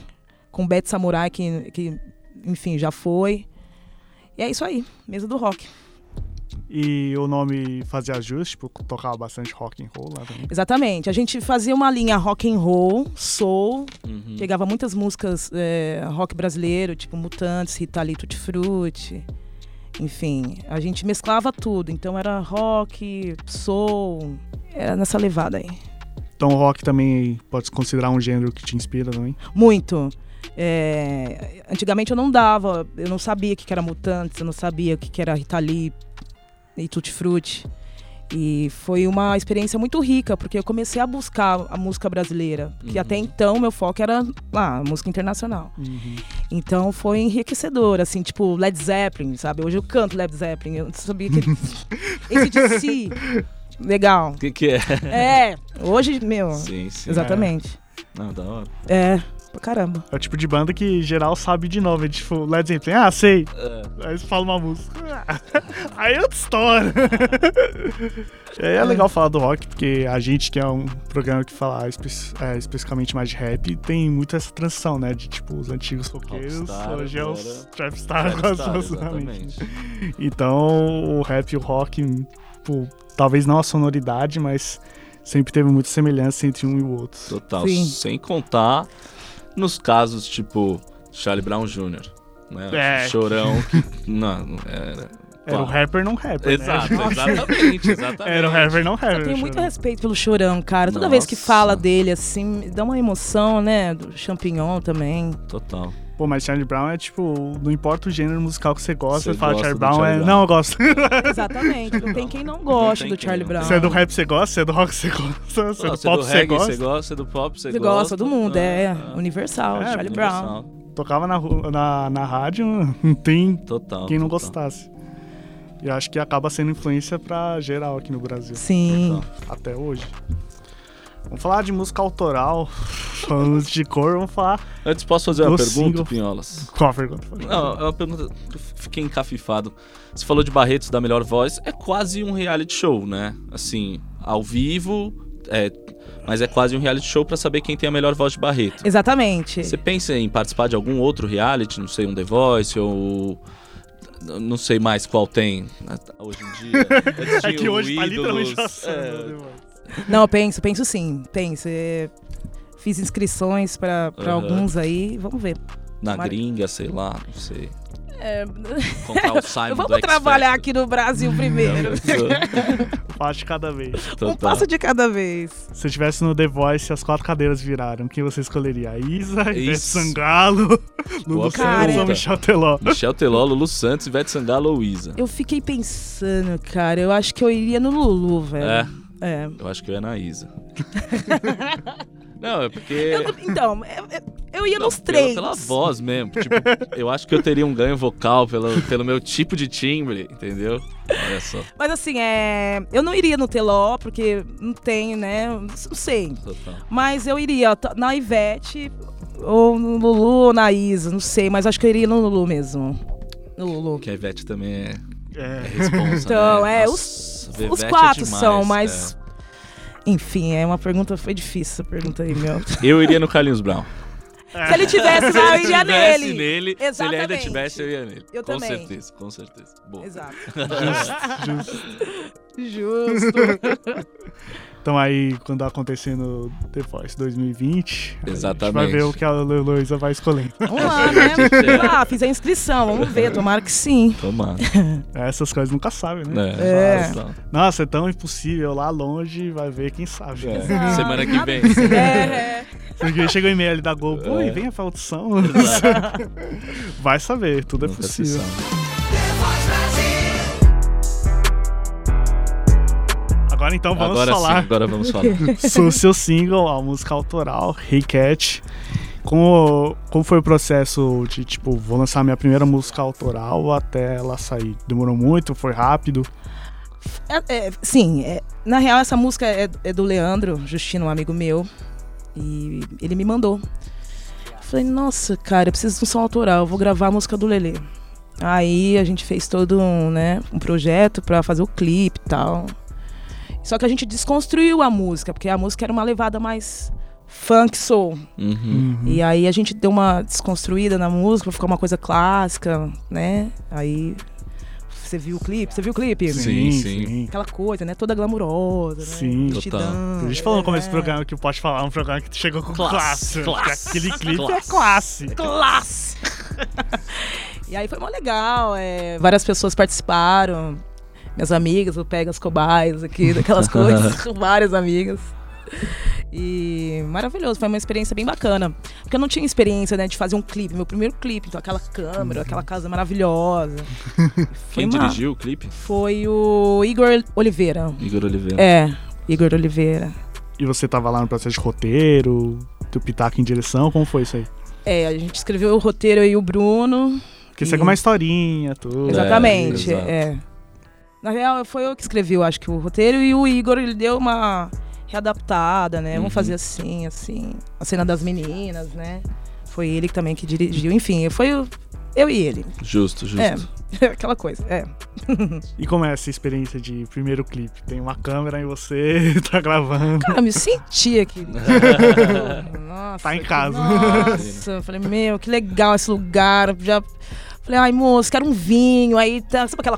Com o Beto Samurai, que, que, enfim, já foi. E é isso aí, mesa do rock.
E o nome fazia ajuste, tipo, tocava bastante rock and roll lá também.
Exatamente. A gente fazia uma linha rock and roll, soul,
Uhum.
pegava muitas músicas é, rock brasileiro, tipo Mutantes, Rita Lee, Tutti Frutti. Enfim, a gente mesclava tudo. Então era rock, soul, era nessa levada aí.
Então o rock também pode se considerar um gênero que te inspira também.
Muito. É, antigamente eu não dava, eu não sabia o que que era Mutantes, eu não sabia o que que era Rita Lee e Tutti Frutti. E foi uma experiência muito rica, porque eu comecei a buscar a música brasileira, que até então meu foco era lá, música internacional. Então foi enriquecedor, assim, tipo Led Zeppelin, sabe? Hoje eu canto Led Zeppelin, eu não sabia que. Esse de si. Legal.
O que, que é?
É, hoje, meu.
Sim, sim.
Exatamente.
Não, da hora.
É, pra caramba.
É o tipo de banda que geral sabe de nome. É tipo, Led Zeppelin, ah, sei.
É.
Aí você fala uma música. Aí é outra história. é, é legal falar do rock, porque a gente que é um programa que fala espe- é, especificamente mais de rap, tem muito essa transição, né? De tipo, os antigos roqueiros,
Rockstar,
hoje é os
agora-
trapstar,
Rockstar,
exatamente. Então, o rap e o rock, tipo, talvez não a sonoridade, mas sempre teve muita semelhança entre um e o outro.
Total.
Sim.
Sem contar nos casos tipo Charlie Brown Jr., né?
É.
Chorão. Que... Não, não era.
Era
Claro.
o rapper, não rapper, né?
Exato, exatamente, exatamente.
Era o rapper, não rapper.
Eu tenho muito
chorou.
respeito pelo Chorão, cara. Toda vez que
Nossa.
fala dele, assim, dá uma emoção, né? Do champignon também.
Total.
Pô, mas Charlie Brown é tipo, não importa o gênero musical que você gosta,
Você
você fala
gosta
Charlie
do
Brown,
Charlie
é.
Brown.
Não, eu gosto.
Exatamente. Não tem quem não goste
Não tem
do Charlie
quem né? não.
Brown.
Você é do rap, você gosta, você é do rock, você gosta, você é
Ah. Não,
do
Você é
pop,
do
você
reggae, você
gosta.
gosta, do pop, você
Você
gosta.
gosta do mundo, é,
Ah,
universal,
É,
Charlie Brown.
universal.
Tocava na, ru- na, na rádio, não tem
Total.
quem não
total.
gostasse. E eu acho que acaba sendo influência pra geral aqui no Brasil,
Sim.
até hoje. Vamos falar de música autoral, falamos de cor, vamos falar.
Antes, posso fazer uma
No
pergunta,
single.
Pinholas?
Qual a pergunta?
Não, é uma pergunta que eu fiquei encafifado. Você falou de Barretos da Melhor Voz, é quase um reality show, né? Assim, ao vivo, é, mas é quase um reality show pra saber quem tem a melhor voz de Barreto.
Exatamente.
Você pensa em participar de algum outro reality, não sei, um The Voice ou. Não sei mais qual tem né, hoje em dia. Antes
É
tinha
que
o
hoje tá literalmente
Ídolos,
passando,
é,
né, mano?
Não, eu penso, penso sim. Penso. É, Fiz inscrições pra pra
Aham.
alguns aí. Vamos ver.
Na
Tomara-
gringa, sei lá, não sei.
É,
Comprar o Simon do
Vamos
X
trabalhar
Factor.
aqui no Brasil primeiro.
Um passo de cada vez.
Um
Total.
passo de cada vez.
Se eu estivesse no The Voice, as quatro cadeiras viraram. Quem você escolheria? A
É
Isa, Ivete
Isso.
Sangalo,
Boa
Lulu Santos
pergunta.
ou Michel Teló?
Michel Teló, Lulu Santos, Ivete Sangalo ou Isa?
Eu fiquei pensando, cara. Eu acho que eu iria no Lulu,
É,
velho. é.
eu acho que eu ia na Isa. Não, é porque.
Eu- então, eu, eu ia
Não,
nos
pela-
três.
Pela, voz mesmo. Tipo, eu acho que eu teria um ganho vocal pelo, pelo meu tipo de timbre, entendeu? Olha só,
Mas assim, é, eu não iria no Teló, porque não tem, né? Não sei.
total.
Mas eu iria t- na Ivete, ou no Lulu, ou na Isa, não sei. Mas acho que eu iria no Lulu mesmo. No Lulu.
Porque a Ivete também é, é
É.
responsa.
Então,
né?
é,
Nossa, a
Os
Ivete é
quatro
demais,
são,
é.
mas. Enfim, é uma pergunta. Foi difícil essa pergunta aí, meu. Se
Eu iria no Carlinhos Brown.
ele tivesse lá, eu iria
tivesse
nele.
nele. Se ele ainda
Exatamente.
tivesse, eu ia nele.
Eu
com
também.
certeza, com certeza. Boa.
Exato.
Justo, justo.
Justo.
Então aí, quando tá acontecendo The Voice 2020, a gente vai
Exatamente.
ver o que a Luísa vai escolhendo.
Vamos lá, né? Vamos lá, fiz a inscrição, vamos ver, tomara que sim.
Tomara.
Essas coisas nunca sabem, né?
É,
É.
fala,
Nossa, é tão impossível lá longe, vai ver quem sabe.
É.
Exato.
Semana que vem.
É, é.
Porque chega o e-mail ali da
É.
Globo, oi, vem a audição. vai saber, tudo é
Nunca se
possível.
sabe.
Agora então vamos
Agora sim,
falar
agora vamos falar.
sobre o seu single, a música autoral, Hey Cat. Como, como foi o processo de, tipo, vou lançar minha primeira música autoral até ela sair? Demorou muito? Foi rápido?
É, é, sim, é, na real essa música é, é do Leandro Justino, um amigo meu. E ele me mandou. Falei, nossa, cara, eu preciso de um som autoral, eu vou gravar a música do Lelê. Aí a gente fez todo um, né, um projeto pra fazer o clipe e tal. Só que a gente desconstruiu a música, porque a música era uma levada mais funk soul.
Uhum.
E aí a gente deu uma desconstruída na música, pra ficar uma coisa clássica, né? Aí você viu o clipe? Você viu o clipe?
Sim, sim.
Aquela coisa, né? Toda glamurosa, né?
Sim.
Vestidão,
Total.
A gente falou no
é.
começo do programa que pode falar um programa que chegou com
Classe,
classe. porque
classe,
aquele clipe
classe.
é classe.
Classe! e aí foi mó legal, é, várias pessoas participaram. Minhas amigas, o Pegas Cobaias aqui, daquelas coisas, várias amigas. E maravilhoso, foi uma experiência bem bacana. Porque eu não tinha experiência, né, de fazer um clipe, meu primeiro clipe, então aquela câmera, aquela casa maravilhosa.
Uhum. Quem
ma-
dirigiu o clipe?
Foi o Igor Oliveira.
Igor Oliveira.
É, Igor Oliveira.
E você tava lá no processo de roteiro, teu pitaco em direção, como foi isso aí?
É, a gente escreveu o roteiro eu e o Bruno.
Porque
E-
você com uma historinha, tudo.
Exatamente,
É, exato.
é. Na real, foi eu que escrevi, eu acho que o roteiro e o Igor ele deu uma readaptada, né?
Uhum.
Vamos fazer assim, assim, a cena das meninas, né? Foi ele que também que dirigiu, enfim, foi o- eu e ele.
Justo, justo.
É. Aquela coisa, é.
E como é essa experiência de primeiro clipe? Tem uma câmera em você, tá gravando.
Cara, eu me sentia que Nossa,
Tá em
que-
casa.
Nossa, eu falei, meu, que legal esse lugar. eu Já... Falei, ai, moço, quero um vinho. Aí, tá, sabe aquela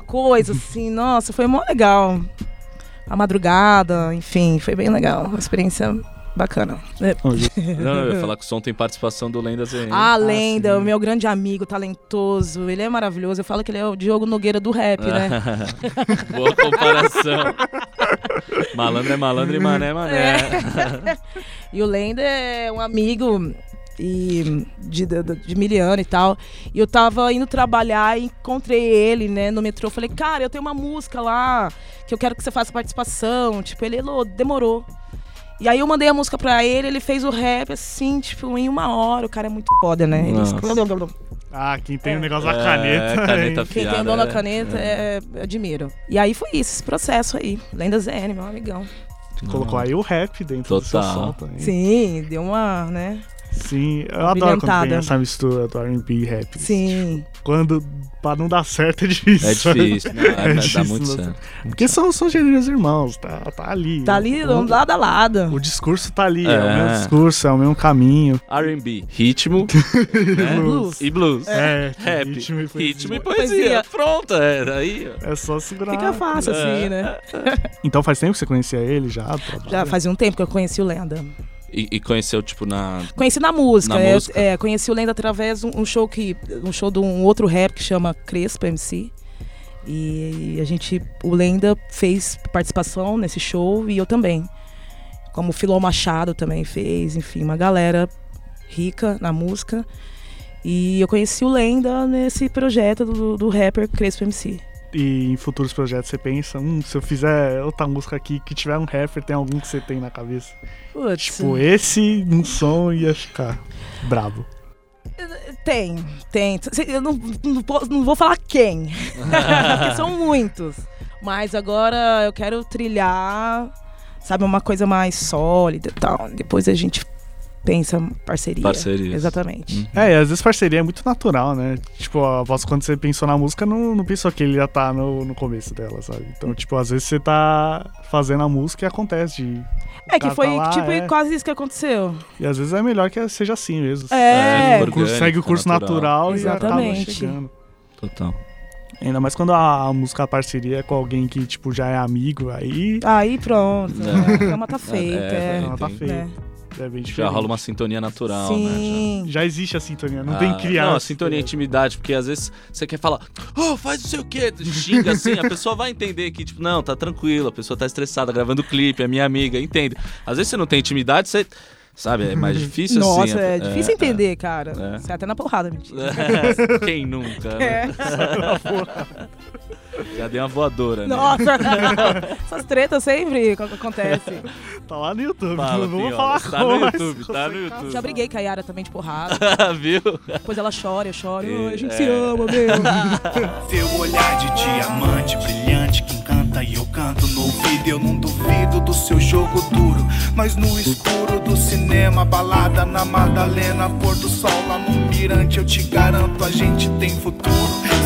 coisa assim? Nossa, foi mó legal. A madrugada, enfim, foi bem legal. Uma experiência bacana. É.
Não, eu ia falar que o som tem participação do Lendas EM.
Ah,
A lenda, o meu grande amigo talentoso, ele é maravilhoso. Eu falo que ele é o Diogo Nogueira do rap, né?
Boa comparação. malandro é malandro e mané é mané.
E o Lenda é um amigo e de, de, de Miliano e tal. E eu tava indo trabalhar e encontrei ele, né, no metrô. Falei, cara, eu tenho uma música lá que eu quero que você faça participação. Tipo, ele, "Elô, demorou. E aí eu mandei a música pra ele, ele fez o rap, assim, tipo, em uma hora. O cara é muito foda, né? Ele
Nossa.
Ah, quem tem o negócio da
É,
caneta.
caneta
hein?
Quem tem o
Piada,
dono da
é.
caneta, é, admiro. E aí foi isso, esse processo aí. Lenda ZN, meu amigão.
Colocou aí o rap dentro do seu
Total.
som também.
Sim, deu uma, né?
Sim, eu adoro quando
Brilhantada.
tem essa mistura do R&B e rap.
Sim.
Quando, pra não dar certo, é difícil.
É difícil, né?
É
Mas dá
difícil,
muito
né?
certo.
Porque são, são gêneros irmãos, tá, tá ali.
Tá ali,
o,
lado a lado.
o discurso tá ali, é. o
É.
mesmo discurso, é o mesmo caminho.
R&B, ritmo né?
Blues.
e blues.
É,
Rap,
ritmo e poesia.
ritmo e poesia.
Poesia.
Pronto, é daí. ó.
É só segurar.
Fica fácil
É.
assim, né?
Então faz tempo que você conhecia ele já?
Já fazia um tempo que eu conheci o Lenda.
E, e conheceu, tipo, na.
Conheci na música.
Na
é,
música.
é, conheci o Lenda através de um, um show que. um show de um outro rap que chama Crespo MC. E a gente. O Lenda fez participação nesse show e eu também. Como o Filó Machado também fez, enfim, uma galera rica na música. E eu conheci o Lenda nesse projeto do, do rapper Crespo MC.
E em futuros projetos você pensa, hum, se eu fizer outra música aqui que tiver um rapper, tem algum que você tem na cabeça?
Putz.
Tipo, esse num som ia ficar brabo.
Tem, tem. Se- Eu não, não, posso- não vou falar quem, porque são muitos. Mas agora eu quero trilhar, sabe, uma coisa mais sólida e tal. Depois a gente pensa em parceria.
Parcerias.
Exatamente.
Hum.
É, e às vezes parceria é muito natural, né? Tipo, a voz, quando você pensou na música, não, não pensou que ele já tá no, no começo dela, sabe? Então, tipo, às vezes você tá fazendo a música e acontece. De...
É que
cara
foi
tá lá,
tipo
é.
quase isso que aconteceu.
E às vezes é melhor que seja assim mesmo.
É.
O curso- segue o curso natural, e acaba
Exatamente.
chegando.
Total.
Ainda mais quando a música a parceria é com alguém que, tipo, já é amigo, aí
Aí pronto,
É.
a cama tá feita.
é,
é.
ela tá
entendi.
feia.
né?
É bem
Já
diferente.
rola uma sintonia
Tá,
natural, né?
Sim.
Já existe a sintonia,
Já.
não tem
Ah,
que criar.
Não, a sintonia é intimidade, porque às vezes você quer falar, oh, faz não sei o quê, xinga assim, a pessoa vai entender que, tipo, não, tá tranquilo, a pessoa tá estressada, gravando clipe, é minha amiga, entende. Às vezes você não tem intimidade, você. Sabe, é mais difícil assim.
Nossa, é, difícil
é.
entender, cara.
é. né?
Você até na porrada, mentira.
Quem nunca? né?
É.
Já dei uma voadora, né?
Nossa, essas tretas sempre ac- acontecem.
Tá lá no YouTube,
tipo Fala,
não vamos
Piola,
falar
tá
como,
no
mas-
YouTube, tá no YouTube.
Já briguei com a Yara também de porrada.
Viu?
Depois ela chora, eu choro.
É,
"Ai, a gente
é.
se ama, meu.
Teu olhar de diamante brilhante que encanta e eu canto no ouvido. Eu não duvido do seu jogo duro, mas no escuro do cinema, balada na Madalena, pôr do sol lá no mirante. Eu te garanto, a gente tem futuro.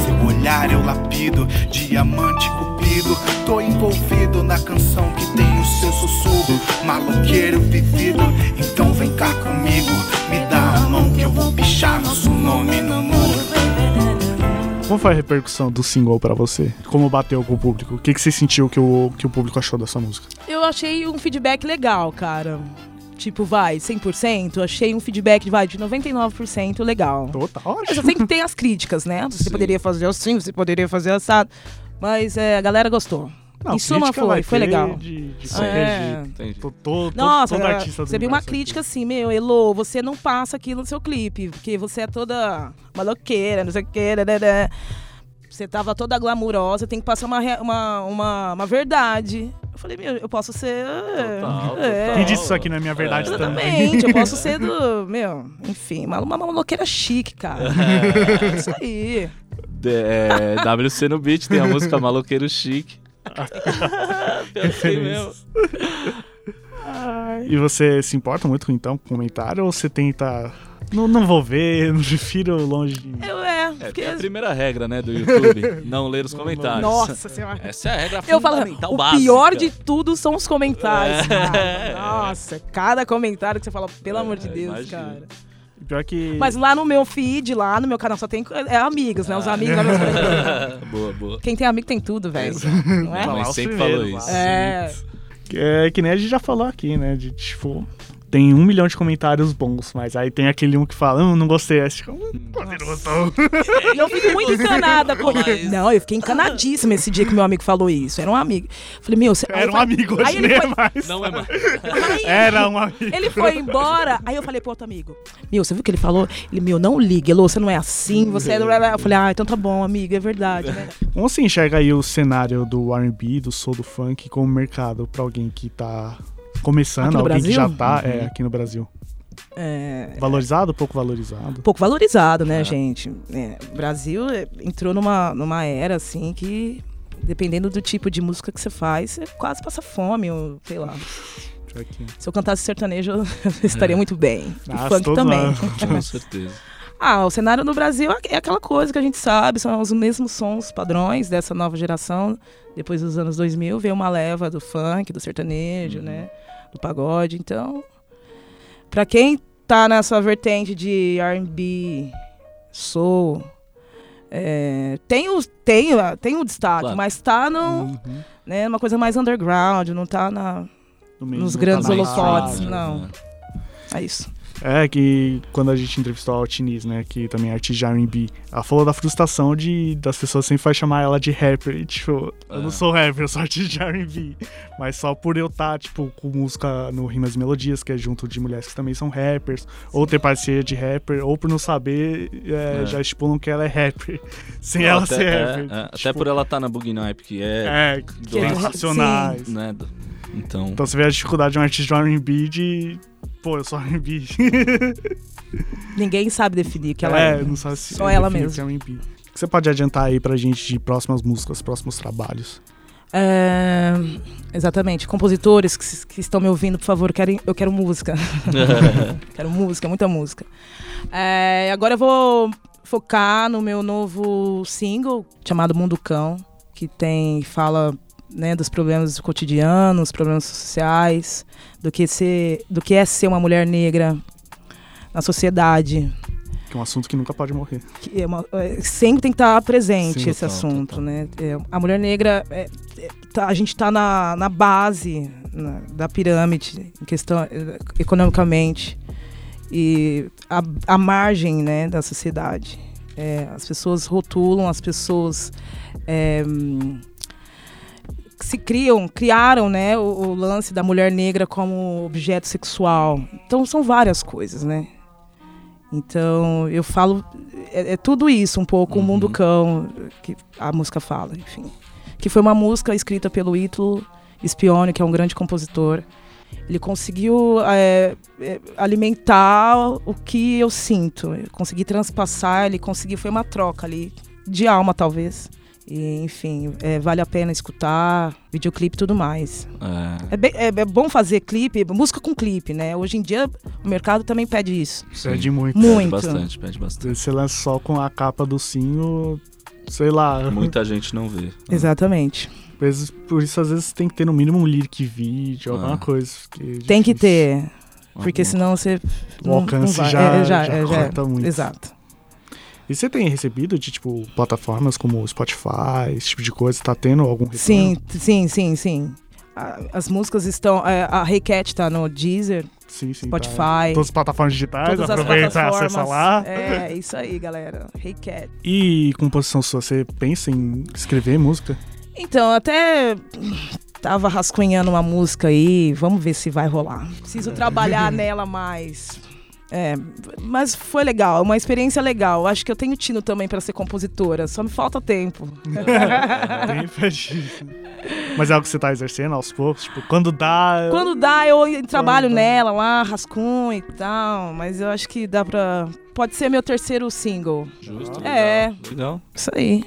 Seu olhar eu lapido, diamante cupido. Tô envolvido na canção que tem o seu sussurro, maloqueiro vivido. Então vem cá comigo, me dá a mão que eu vou pichar nosso nome no muro.
Como foi a repercussão do single pra você? Como bateu com o público? O que, que você sentiu que o, que o público achou dessa música?
Eu achei um feedback legal, cara. Tipo, vai, 100%. Achei um feedback, vai, de 99% legal.
Pô, tá
Mas
ótimo.
eu sempre tem as críticas, né? Você
Sim.
poderia fazer assim, você poderia fazer assado. Mas é, a galera gostou.
Não,
em suma,
crítica
foi,
vai
foi
ter
legal. É.
De, de
Sim.
qualquer jeito.
Entendi.
Tô- tô- tô-
Nossa,
todo é
cara,
artista do
você viu uma
universo aqui.
crítica assim, meu, Elô, você não passa aquilo no seu clipe, porque você é toda maloqueira, não sei o que, né, né, né. Você tava toda glamurosa, tem que passar uma, rea- uma, uma, uma verdade. Eu falei, meu, eu posso ser.
Total,
é,
Quem disse isso aqui não é minha verdade também?
Exatamente, eu posso ser do. Meu, enfim, uma, uma maloqueira chique, cara. É isso aí.
É, WC no beat, tem a música Maloqueiro Chique. Eu sei mesmo.
E você se importa muito então com o comentário ou você tenta. Não, não vou ver, não prefiro longe de mim?
Eu é,
É,
porque.
tem a primeira regra, né, do YouTube, não ler os comentários.
Nossa senhora.
Essa é a regra
Eu falo,
fundamental
o
básica.
pior de tudo são os comentários.
É.
cara. Nossa, cada comentário que você fala, pelo amor de
É,
Deus,
imagino.
cara.
Pior que.
Mas lá no meu feed, lá no meu canal, só tem co- é amigos, né? Os
Ah.
amigos. lá, meus colegas.
boa, boa.
Quem tem amigo tem tudo, velho. Não
A
Tá
é?
lá
mãe
os
sempre
primeiros,
falou
lá.
isso.
É.
Que É que nem a gente já falou aqui, né? De tipo, tem um milhão de comentários bons, mas aí tem aquele um que fala, "Hum, não gostei. Aí você fica, "Hum, pô, você não gostou."
E eu fico muito encanada com isso. Não, eu fiquei encanadíssima esse dia que meu amigo falou isso. Era um amigo. Falei, meu, você. aí
Era um
vai-
amigo hoje,
Aí ele
né?
foi-
Mas
Não é mais.
Aí
era um amigo.
Ele foi embora, aí eu falei pro outro amigo, meu, você viu o que ele falou? Ele, meu, não liga, Elô, você não é assim, você é... Eu falei, ah, então tá bom, amigo, é verdade, né?
Como você enxerga aí o cenário do R&B, do soul, do funk como mercado pra alguém que tá começando,
Aqui no
alguém que já
Brasil? Uhum.
tá é, aqui no Brasil?
É, um
Valorizado, pouco valorizado?
pouco valorizado, né, gente? É, o Brasil é, entrou numa, numa era, assim, que dependendo do tipo de música que você faz, você quase passa fome, ou sei lá.
Pior que-
Se eu cantasse sertanejo, eu estaria muito bem. E
Nossa,
funk
todos
também.
nós.
Com certeza.
Ah, o cenário no Brasil é aquela coisa que a gente sabe, são os mesmos sons padrões dessa nova geração. Depois dos anos 2000 veio uma leva do funk, do sertanejo, né? Do pagode. Então, pra quem tá nessa vertente de R&B, soul, é, tem, o, tem, a- tem o destaque,
Claro.
mas tá no,
Uhum.
né, numa coisa mais underground, não tá na...
No meio,
Nos
não tá
grandes
mais
holofotes,
né?
claro.
não. É isso.
É que quando a gente entrevistou a Altiniz, né, que também é artista de R&B, ela falou da frustração de das pessoas sempre vai chamar ela de rapper, e, tipo,
É.
eu não sou rapper, eu sou artista de R&B, mas só por eu estar, tipo, com música no Rimas e Melodias, que é junto de mulheres que também são rappers, ou ter parceria de rapper, ou por não saber, é,
É.
já estipulam que ela é rapper, sem
Não,
ela
até,
ser
é,
rapper.
é, até
tipo,
por ela estar na Bug Nipe, que é.
É,
é
tem
do-
racionais.
Né? do- Então.
Então você vê a dificuldade de um artista de R&B de... Pô, eu sou R&B.
Ninguém sabe definir o que ela
é,
é.
não sabe se
Só ela
define o
mesma.
que é um hippie. O que você pode adiantar aí pra gente de próximas músicas, próximos trabalhos?
É, exatamente. Compositores que, se- que estão me ouvindo, por favor, querem, eu quero música. quero música, muita música. É, agora eu vou focar no meu novo single chamado Mundo Cão, que tem fala né, dos problemas do cotidiano, os problemas sociais, do que ser, do que é ser uma mulher negra na sociedade.
Que é um assunto que nunca pode morrer.
que é uma- é, sempre tem que estar presente
Sim,
esse
total,
assunto, né? É, a mulher negra, é, é, tá- a gente está na, na base na- da pirâmide, em questão é, economicamente e a, a margem, né, da sociedade. É, as pessoas rotulam, as pessoas é, hum, se criam, criaram, né, o, o lance da mulher negra como objeto sexual. Então são várias coisas, né? Então eu falo é, é tudo isso um pouco o mundo cão que a música fala, enfim. Que foi uma música escrita pelo Ítalo Spione, que é um grande compositor. Ele conseguiu é, é, alimentar o que eu sinto, eu consegui transpassar, ele conseguiu foi uma troca ali de alma talvez. E, enfim, é, vale a pena escutar, videoclipe e tudo mais. É, bem- é- é bom fazer clipe, música com clipe, né? Hoje em dia o mercado também pede isso.
Isso é de muito.
Pede
Muito.
bastante, pede bastante.
Você lança só com a capa do sinho, sei
É
lá.
Muita gente não vê.
Exatamente.
Vezes, por isso, às vezes, tem que ter no mínimo um lyric vídeo, alguma
Ah.
coisa. porque é
Tem que
difícil.
ter. Porque
Uhum.
senão você.
O
não-
Uhum. um alcance
não vai.
já-
É,
já corta muito.
Exato.
E você tem recebido de, tipo, plataformas como Spotify, esse tipo de coisa? Tá tendo algum retorno?
Sim, sim, sim, sim. A- As músicas estão. é, A Hey Cat tá no Deezer,
Sim, sim.
Spotify.
Tá. Todas as plataformas digitais,
todas as
aproveita e
plataformas.
acessa lá.
É, isso aí, galera. Hey Cat.
E composição sua, você pensa em escrever música?
Então, até tava rascunhando uma música aí, vamos ver se vai rolar. Preciso trabalhar nela mais. É, mas foi legal, é uma experiência legal. Acho que eu tenho tino também para ser compositora, só me falta tempo. É,
Bem fechado. Mas é algo que você tá exercendo aos poucos? Tipo, quando dá.
Quando dá, eu trabalho
Quando dá.
nela lá, rascunho e tal, mas eu acho que dá pra. Pode ser meu terceiro single.
Justo. legal.
É.
Legal.
Isso aí.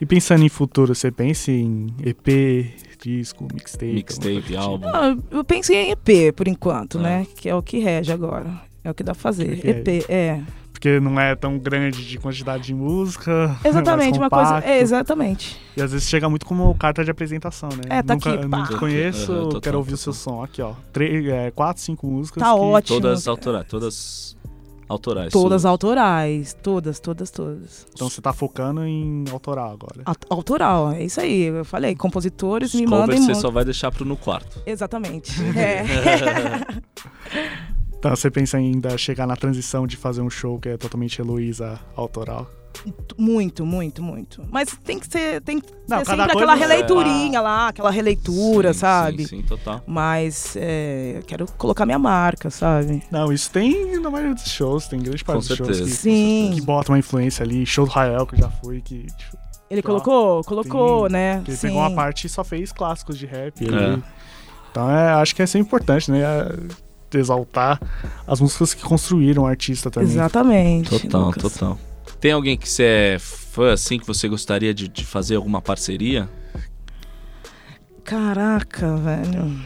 E pensando em futuro, você pensa em EP, disco, mixtape? alguma
Mixtape,
coisa do tipo?
álbum.
Ah, eu pensei em EP por enquanto,
Ah.
né? Que é o que rege agora. É o que dá pra fazer.
Que
EP,
rege.
é.
Porque não é tão grande de quantidade de música. é
Exatamente,
mais
uma coisa.
compacto.
É, exatamente.
E às vezes chega muito como carta de apresentação, né?
É, tá
Nunca,
aqui, pá.
Não te conheço,
Aham, total,
quero ouvir o seu som. Aqui, ó. Três, é, quatro, cinco músicas.
Tá
que-
ótimo.
Todas autorais. Todas autorais.
Todas
suas.
autorais. Todas, todas, todas.
Então você tá focando em autoral agora.
Aut- Autoral, é isso aí. Eu falei, compositores me
Cover
mandem.
você
mu-
só vai deixar pro no quarto.
Exatamente. É.
Então você pensa ainda chegar na transição de fazer um show que é totalmente Heloísa autoral.
Muito, muito, muito. Mas tem que ser, tem que
Não,
ter
cada
sempre
coisa- é-
aquela releiturinha lá, aquela releitura,
Sim,
sabe?
Sim, sim, total.
Mas é, eu quero colocar minha marca, sabe?
Não, isso tem na maioria dos shows, tem grande parte
Com
dos shows
certeza.
que,
Sim.
que bota uma influência ali. Show do Rael, que eu já fui, que, tipo,
Ele colocou, colocou,
Sim,
né?
que ele
Sim.
pegou uma parte e só fez clássicos de rap.
É.
ali. Então é, acho que é sempre importante, né? é, Exaltar as músicas que construíram o artista também.
Exatamente.
Total,
Lucas.
total. Tem alguém que você é fã, assim, que você gostaria de, de fazer alguma parceria?
Caraca, velho.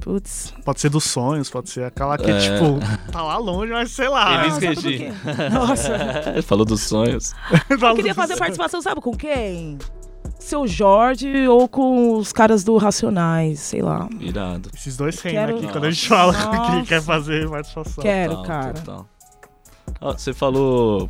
Putz.
Pode ser dos sonhos, pode ser aquela que,
É.
tipo, tá lá longe, mas sei lá.
Elis
Ah, sabe por
Regina.
quê? Nossa.
É, Falou dos sonhos.
Eu queria fazer participação, sabe com quem? Seu Jorge ou com os caras do Racionais, sei lá.
Irado.
Esses dois reinam
Quero-
aqui, quando a gente fala
Nossa.
que quer fazer participação.
Quero,
Total,
cara.
total. Ó, você falou.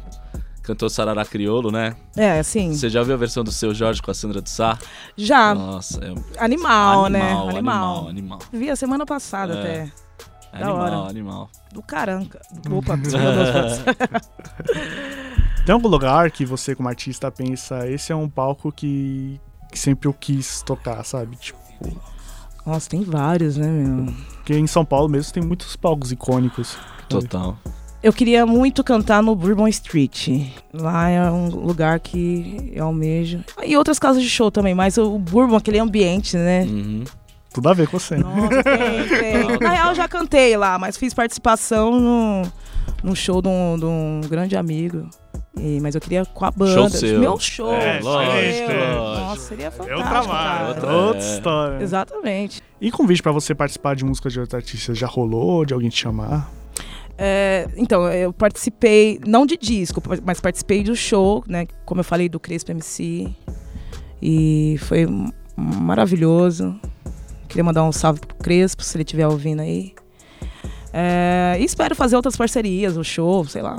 Cantou Sarará Criolo, né?
É, assim.
Você já ouviu a versão do seu Jorge com a Sandra de Sá?
Já.
Nossa, é
Ah. Animal, né?
animal,
Animal.
animal, animal.
Vi a semana passada
É.
até.
É
Da
animal,
hora.
animal.
Do caranca. Opa, desculpa, meu Deus.
Tem algum lugar que você, como artista, pensa, esse é um palco que, que sempre eu quis tocar, sabe? Tipo,
Nossa, tem vários, né, meu?
porque em São Paulo mesmo tem muitos palcos icônicos.
Total.
Eu queria muito cantar no Bourbon Street. Lá é um lugar que eu almejo. E outras casas de show também, mas o Bourbon, aquele ambiente, né?
Uhum.
Tudo a ver com você. né?
Nossa, tem, tem. Na real, eu já cantei lá, mas fiz participação no, num show de um, de um grande amigo. E- mas eu queria com a banda.
Show seu.
Meu show.
É,
meu.
lógico, lógico.
Nossa, seria fantástico.
Eu trabalho,
cara.
outra-
outra
É.
história.
Exatamente.
E convite pra você participar de música de outros artistas já rolou? De alguém te chamar?
É, então, eu participei, não de disco, mas participei do show, né? Como eu falei, do Crespo MC. E foi m- maravilhoso. Queria mandar um salve pro Crespo, se ele estiver ouvindo aí. É, e espero fazer outras parcerias, o show, sei lá.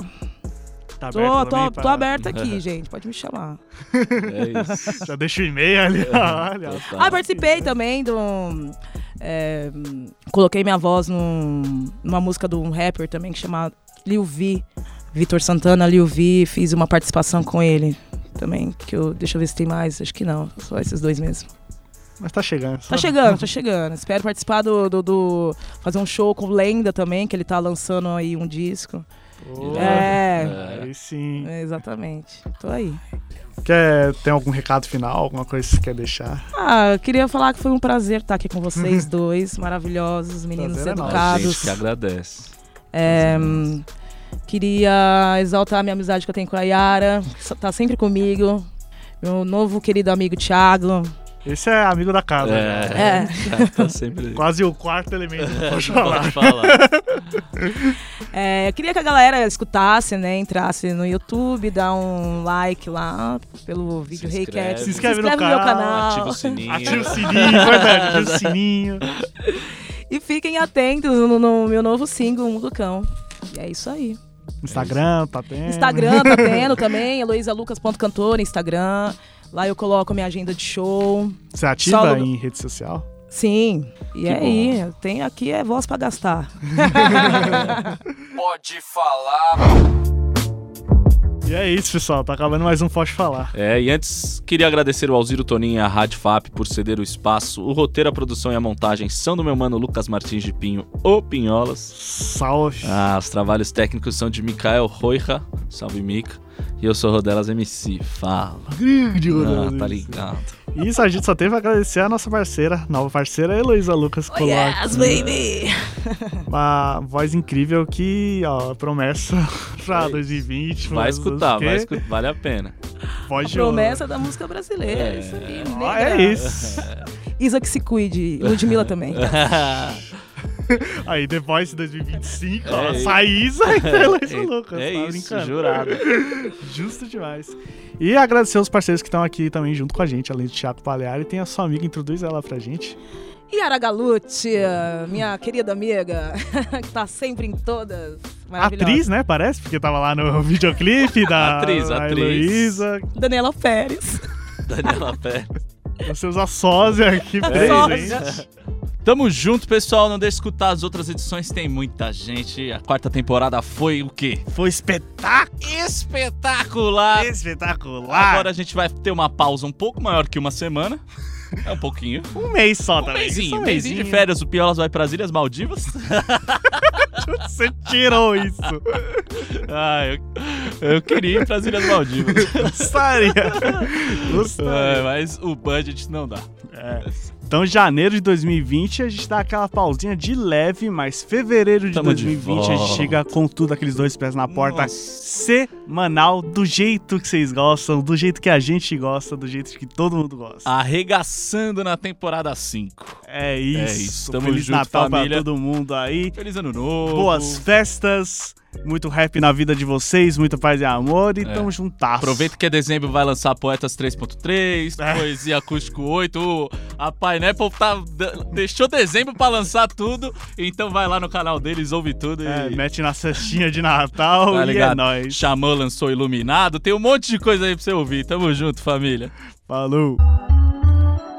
Tá aberto
Tô,
também
tô, tô
pra-
aberta aqui, gente. Pode me chamar.
É isso.
Já deixa o e-mail ali, olha.
Ah, participei também do. é, coloquei minha voz num- numa música de um rapper também que chama Lil V. Vitor Santana, Lil V, fiz uma participação com ele também. Que eu, deixa eu ver se tem mais, acho que não, só esses dois mesmo.
Mas tá chegando.
Tá chegando, tá chegando. Espero participar do, do- do- Fazer um show com o Lenda também, que ele tá lançando aí um disco.
Pô,
É,
É.
Aí sim.
é, exatamente. Tô aí.
Quer ter algum recado final? Alguma coisa que você quer deixar?
Ah, eu queria falar que foi um prazer estar aqui com vocês dois, maravilhosos, meninos
Prazer é nosso.
A
educados.
gente que agradece.
É, hum, queria exaltar a minha amizade que eu tenho com a Yara, que so- tá sempre comigo. Meu novo querido amigo Thiago.
Esse é amigo da casa. né?
É.
Tá sempre aí.
Quase o quarto elemento do Pode
Pode
falar.
falar.
É, eu queria que a galera escutasse, né? Entrasse no YouTube, dá um like lá pelo vídeo
inscreve.
Recat.
Se
inscreve no
meu
canal,
canal.
Ativa o sininho.
Ativa o sininho, é verdade, ativa o sininho.
E fiquem atentos no, no meu novo single, Mundo Cão. E é isso aí.
Instagram, tá tendo.
Instagram tá tendo também, heloisalucas.cantora, Instagram. Lá eu coloco minha agenda de show.
Você ativa
Só no-
em rede social?
Sim, e é aí, eu tenho aqui é voz pra gastar.
Pode falar.
E é isso, pessoal. Tá acabando mais um Pode Falar.
É, e antes, queria agradecer o Alziro Toninho e a Rádio FAP por ceder o espaço. O roteiro, a produção e a montagem são do meu mano Lucas Martins de Pinho, o Pinholas.
Salve.
Ah, os trabalhos técnicos são de Mikael Roija, salve Mika. E eu sou Rodelas MC, fala.
Grande,
Ah,
Rodolfo.
tá ligado.
E Isso, a gente só teve a agradecer a nossa parceira, nova parceira, Heloísa Lucas Colac.
Oh, Yes, baby!
Uma voz incrível que, ó, promessa pra 2020.
Vai
mas
escutar,
o quê?
vai escutar, vale a pena.
Pode
Promessa da música brasileira, isso aí,
Ó,
negra.
é isso. É.
Isa que se cuide, Ludmilla também.
Aí, The Voice 2025,
É
ó,
isso.
Saísa e Heloísa
É-
Lucas.
é
tá
isso,
brincando.
jurado.
Justo demais. E agradecer os parceiros que estão aqui também junto com a gente, além do Thiago Paleari. Tem a sua amiga, introduz ela pra gente.
Yara Galute, minha querida amiga, que tá sempre em todas. maravilhosa.
Atriz, né? Parece, porque tava lá no videoclipe da
Atriz,
da
atriz.
Heloísa.
Daniela Pérez.
Daniela Pérez.
Você usa sósia aqui presente.
Tamo junto, pessoal. Não deixe de escutar as outras edições, tem muita gente. A quarta temporada foi o quê?
Foi espetáculo,
Espetacular!
espetacular.
Agora a gente vai ter uma pausa um pouco maior que uma semana. É um pouquinho.
um mês só
Um
também.
mêsinho,
Só
um mêsinho de férias. O Piolas vai para as Ilhas Maldivas.
Você tirou isso.
Ah, eu, eu queria ir para as Ilhas Maldivas.
Gostaria.
É,
Gostaria.
mas o budget não dá.
Então, janeiro de 2020, a gente dá aquela pausinha de leve, mas fevereiro de
Tamo de
2020 a gente
volta.
chega com tudo, aqueles dois pés na porta.
Nossa.
Semanal, do jeito que vocês gostam, do jeito que a gente gosta, do jeito que todo mundo
Ah,
gosta.
Arregaçando na temporada 5.
É isso.
isso. Tamo
Feliz
junto,
Natal
família. Uhum.
pra todo mundo aí.
Feliz ano novo.
Boas festas, muito rap na vida de vocês, muito paz e amor e tamo juntasso.
É. Aproveita que é dezembro vai lançar Poetas 3.3,
É.
Poesia Acústico 8. o- A Pineapple tá, d- deixou dezembro pra lançar tudo. Então vai lá no canal deles, ouve tudo e.
É, mete na cestinha de Natal
Tá
e é
ligado?
nóis.
Xamã lançou Iluminado. Tem um monte de coisa aí pra você ouvir. Tamo junto, família.
Falou.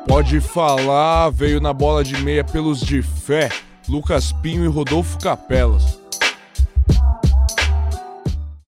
Pode falar, veio na bola de meia pelos de fé, Lucas Pinho e Rodolfo Capelas.